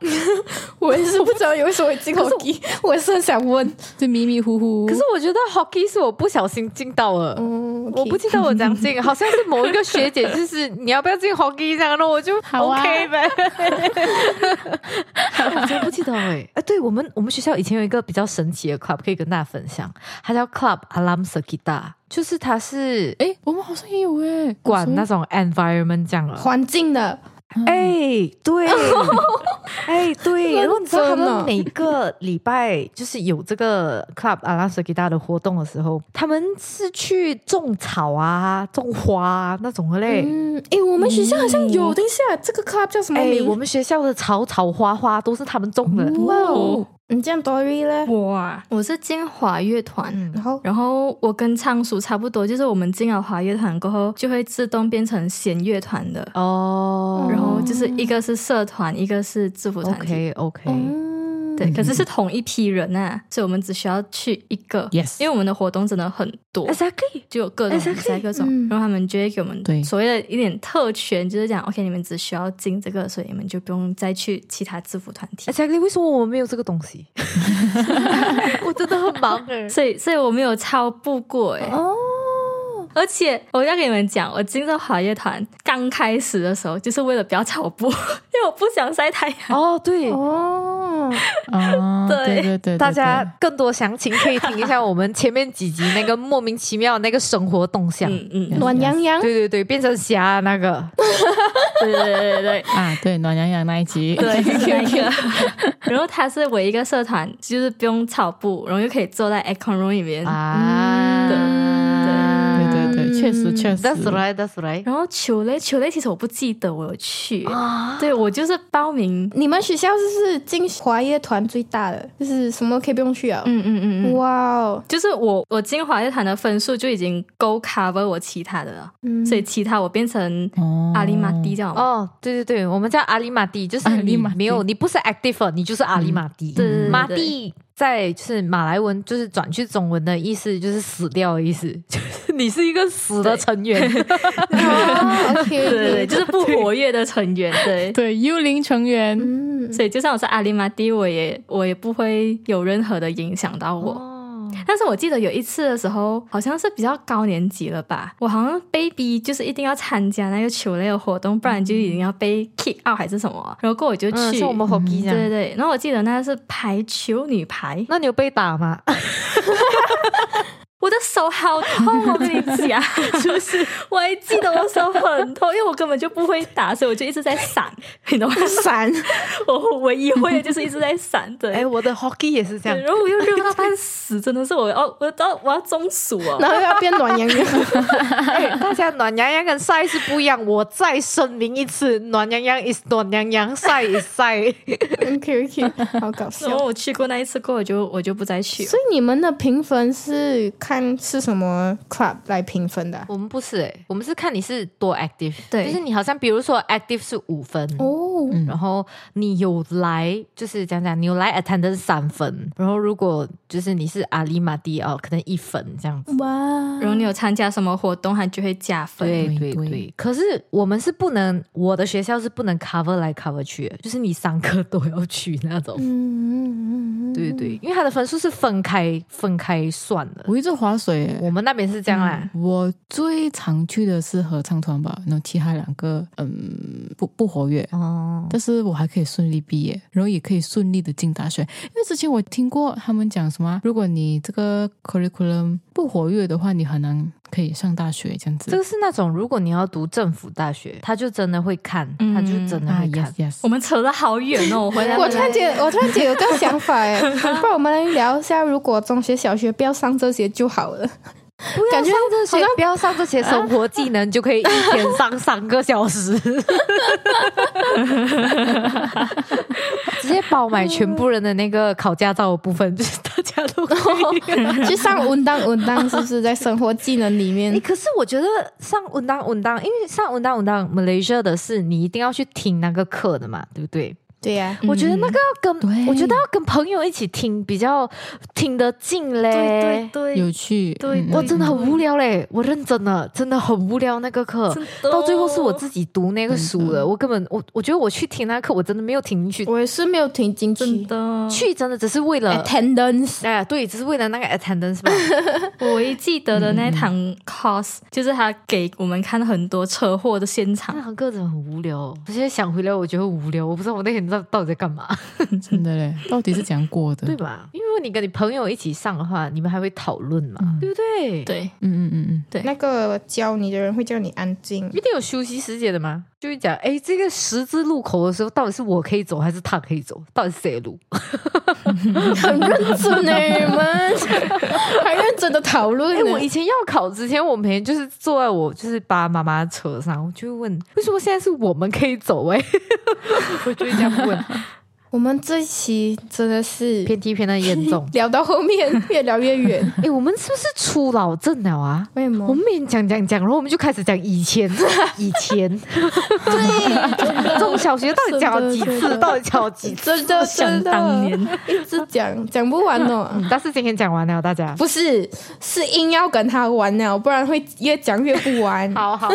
Speaker 3: 我也是不知道有为什么会进
Speaker 1: 可是我
Speaker 3: hockey，我也是很想问。
Speaker 2: 就迷迷糊糊。
Speaker 1: 可是我觉得 hockey 是我不小心进到了，
Speaker 3: 嗯
Speaker 1: 嗯
Speaker 3: OK
Speaker 1: 我不记得我讲 这个，好像是某一个学姐，就是你要不要进 h o k e 这样，那我就
Speaker 2: 好啊
Speaker 1: OK 呗。我真的不记得 哎，哎，对我们我们学校以前有一个比较神奇的 club 可以跟大家分享，它叫 Club Alam Sekita，就是它是
Speaker 2: 哎，我们好像也有哎，
Speaker 1: 管啊那
Speaker 2: 那
Speaker 1: 种 environment 这样啊了。
Speaker 3: 环境的，
Speaker 1: 哎， 对，哎，对，然后你知道他
Speaker 3: 认真
Speaker 1: 们
Speaker 3: 啊
Speaker 1: 每个礼拜就是有这个 club 阿拉斯吉达的活动的时候，他们是去种草啊、种花啊那种的嘞。
Speaker 3: 嗯，哎，我们学校好像有，等一下，这个 club 叫什么
Speaker 1: 哎，
Speaker 3: 名？
Speaker 1: 我们学校的草草花花都是他们种的。
Speaker 3: 哇哦，你这样 Dory 嘞？
Speaker 4: 哇， 我是进华乐团。
Speaker 1: 嗯
Speaker 3: 然后
Speaker 4: 然后我跟仓鼠差不多，就是我们进了华乐团过后，就会自动变成弦乐团的。
Speaker 1: 哦
Speaker 4: 然后就是一个是社团，一个是制服团体。
Speaker 1: ，OK OK，
Speaker 3: 嗯，
Speaker 4: 对，可是是同一批人啊，所以我们只需要去一个
Speaker 2: Yes
Speaker 4: 因为我们的活动真的很多
Speaker 1: exactly，
Speaker 4: 就有各种比
Speaker 1: Exactly
Speaker 4: 赛各种，
Speaker 3: 嗯
Speaker 4: 然后他们就会给我们
Speaker 2: 对
Speaker 4: 所谓的一点特权，就是讲 OK，你们只需要进这个，所以你们就不用再去其他制服团体。
Speaker 1: exactly，为什么我们没有这个东西？ 我真的很忙哎。
Speaker 4: 欸所以，所以我没有超步过哎、
Speaker 3: 哦，
Speaker 4: 而且我要跟你们讲，我进这华乐团刚开始的时候，就是为了不要超 步，因为我不想晒太阳。
Speaker 1: 哦，对，
Speaker 3: 哦，
Speaker 2: 啊，
Speaker 4: 对
Speaker 2: 对对对，
Speaker 1: 大家更多详情可以听一下我们前面几集那个莫名其妙那个生活动向。
Speaker 4: 嗯嗯，
Speaker 3: 暖洋洋，
Speaker 1: 对对对，变成虾那个，
Speaker 4: 对对对对对。
Speaker 2: 对啊，对暖洋洋那 一集，
Speaker 4: 对，就是那个。然后它是唯一一个社团，就是不用草布，然后又可以坐在 aircon room 里面。
Speaker 1: 啊，
Speaker 4: 嗯
Speaker 2: 对对对，确实确实，
Speaker 1: 嗯 That's right, that's right。
Speaker 4: 然后球类，球类其实我不记得我有去，欸
Speaker 1: 啊，
Speaker 4: 对我就是报名。
Speaker 3: 你们学校是不是进华乐团最大的？就是什么都可以不用去啊？
Speaker 4: 嗯嗯嗯嗯，
Speaker 3: 哇哦，
Speaker 4: 就是我我进华乐团的分数就已经够 cover 我其他的了，
Speaker 3: 嗯
Speaker 4: 所以其他我变成
Speaker 2: 哦
Speaker 4: 阿里马蒂这样。
Speaker 1: 哦，对对对，我们叫阿里马蒂，就是
Speaker 2: 阿
Speaker 1: 你
Speaker 2: 里马蒂
Speaker 1: 没有，你不是 active，你就是阿里马蒂。
Speaker 4: 对对对
Speaker 1: 马蒂在就是马来文，就是转去中文的意思就是死掉的意思，就是你是一个死的成员。
Speaker 3: 哦 OK，
Speaker 4: 对对对，就是不活跃的成员， 对。
Speaker 2: 对幽灵成员，
Speaker 3: 嗯，
Speaker 4: 所以就算我是阿里马蒂，我也我也不会有任何的影响到我。
Speaker 1: 哦，
Speaker 4: 但是我记得有一次的时候，好像是比较高年级了吧，我好像被逼就是一定要参加那个球类的活动，不然就一定要被 kick out 还是什么啊、然后过后我就去。
Speaker 1: 嗯，像我们 hockey 这
Speaker 4: 对对
Speaker 1: 样。
Speaker 4: 对，然后我记得那是排球女排，
Speaker 1: 那你有被打吗？
Speaker 4: 我的手好痛，我跟你 讲，就是我还记得我手很痛，因为我根本就不会打，所以我就一直在 闪，你懂吗？
Speaker 3: 伞，
Speaker 4: 我唯一会的就是一直在闪，对。
Speaker 1: 哎，我的 hockey 也是这样
Speaker 4: 对。然后我又热到半死，真的是我要我要我要中暑 哦。
Speaker 3: 然后又要变暖洋 洋，
Speaker 1: 哎，大家暖洋洋跟晒是不一样。我再声明一次，暖洋洋 is 暖洋洋，晒 is 晒。哦
Speaker 3: OK OK，好搞 笑
Speaker 4: 然。后我去过那一次过，我就我就不再去了。
Speaker 3: 所以你们的评分是看是什么 club 来评分的啊、
Speaker 1: 我们不是哎、我们是看你是多 active，
Speaker 4: 对
Speaker 1: 就是你好像比如说 active 是五分。
Speaker 3: 哦，
Speaker 1: 然后你有来，就是讲讲你有来 attendance 三分，然后如果就是你是阿里马蒂哦，可能一分这样
Speaker 3: 嗯
Speaker 1: 子。
Speaker 3: 哇，
Speaker 4: 然后你有参加什么活动，它就会加分。
Speaker 1: 啊对对
Speaker 2: 对
Speaker 1: 对
Speaker 2: 对
Speaker 1: 可是我们是不能，我的学校是不能 cover 来 cover 去的，就是你三科都要去那种。
Speaker 3: 嗯，
Speaker 1: 对对，因为它的分数是分开分开算的。
Speaker 2: 我一直划水耶，
Speaker 1: 我们那边是这样啊啦。
Speaker 2: 我最常去的是合唱团吧，然后其他两个嗯不不活跃。
Speaker 1: 哦，
Speaker 2: 但是我还可以顺利毕业，然后也可以顺利的进大学。因为之前我听过他们讲什么啊，如果你这个 curriculum 不活跃的话，你很难可以上大学这样子。
Speaker 1: 这个是那种，如果你要读政府大学，他就真的会看，
Speaker 4: 嗯
Speaker 1: 他就真的
Speaker 2: 啊
Speaker 1: 会看
Speaker 2: ，yes。yes，
Speaker 4: 我们扯得好远哦，我回来
Speaker 3: 我突然间，我突然间有个想法哎， 不然我们来聊一下，如果中学、小学不要上这些就好了。
Speaker 1: 不要
Speaker 3: 感觉
Speaker 1: 上这
Speaker 3: 好
Speaker 1: 些，不要上这些生活技能，就可以一天上三个小时，直接包买全部人的那个考驾照的部分，就是大家都可以。
Speaker 3: 去上文当文当，是不是在生活技能里
Speaker 1: 诶
Speaker 3: 面？
Speaker 1: 可是我觉得上文当文当，因为上文当文当 Malaysia 的是你一定要去听那个课的嘛，对不对？
Speaker 3: 对呀、
Speaker 1: 我觉得那个要
Speaker 2: 对
Speaker 1: 跟，我觉得要跟朋友一起听比较听得进嘞。
Speaker 4: 对对对，
Speaker 2: 有趣，
Speaker 4: 对
Speaker 2: 嗯
Speaker 1: 我真的很无聊嘞，我认真的，真的很无聊那个课
Speaker 4: 真，的哦
Speaker 1: 到最后是我自己读那个书
Speaker 2: 真
Speaker 1: 的，我根本我我觉得我去听那个课，我真的没有听进去，
Speaker 3: 我也是没有听进
Speaker 4: 真
Speaker 3: 去。
Speaker 4: 的。
Speaker 1: 去真的只是为了，
Speaker 3: Attendance，
Speaker 1: 哎呀，对，只是为了那个 attendance 嘛，
Speaker 4: 我唯一记得的那一堂 cos 就是他给我们看很多车祸的现场
Speaker 1: 那，堂啊课真的很无聊。我现在想回来，我觉得很无聊，我不知道我那天到到底在干嘛，
Speaker 2: 真的嘞，到底是怎样过的？
Speaker 1: 对吧？因为如果你跟你朋友一起上的话，你们还会讨论嘛，对不对？，
Speaker 4: 对，
Speaker 2: 嗯嗯嗯嗯，
Speaker 3: 那个教你的人会叫你安静。
Speaker 1: 一定有休息时间的嘛，就会讲，哎，这个十字路口的时候，到底是我可以走还是他可以走？到底是谁的路？
Speaker 3: 很认真呢、欸你 们还认真的讨论欸
Speaker 1: 哎、
Speaker 3: 呢、
Speaker 1: 我以前要考之前，我每天就是坐在我就是爸妈妈的车上，我就会问为什么现在是我们可以走、哎， 我就会这样问，
Speaker 3: 我们这一期真的 是。
Speaker 1: 偏题偏的严重
Speaker 3: 聊到后面越聊越 远，
Speaker 1: 哎、我们是不是初老症了啊？
Speaker 3: 为什
Speaker 1: 我
Speaker 3: 么？
Speaker 1: 们每天讲讲讲，然后我们就开始讲以前， 以前，对，从小学到底讲了几
Speaker 3: 真的
Speaker 1: 次，
Speaker 3: 真的
Speaker 1: 到底讲了几次？
Speaker 3: 真的
Speaker 4: 想
Speaker 3: 真
Speaker 4: 当
Speaker 3: 的，
Speaker 4: 年，
Speaker 3: 一直讲讲不完哦。
Speaker 1: 嗯但是今天讲完了，大家。。
Speaker 3: 不是，是硬要跟他玩呢，不然会越讲越不 完
Speaker 1: 好好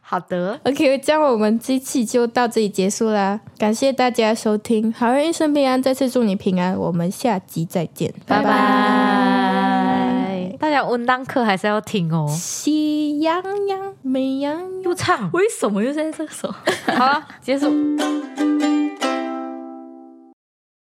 Speaker 1: 好的，
Speaker 3: OK，这样我们这期就到这里结束啦，感谢大家收听，好人一生平安，再次祝你平安，我们下集再见，拜拜。
Speaker 1: 大家文当课还是要听哦，
Speaker 3: 喜羊羊，美羊羊。
Speaker 1: 又唱， 啊
Speaker 4: 为什么又在这首？
Speaker 1: 好了，结束。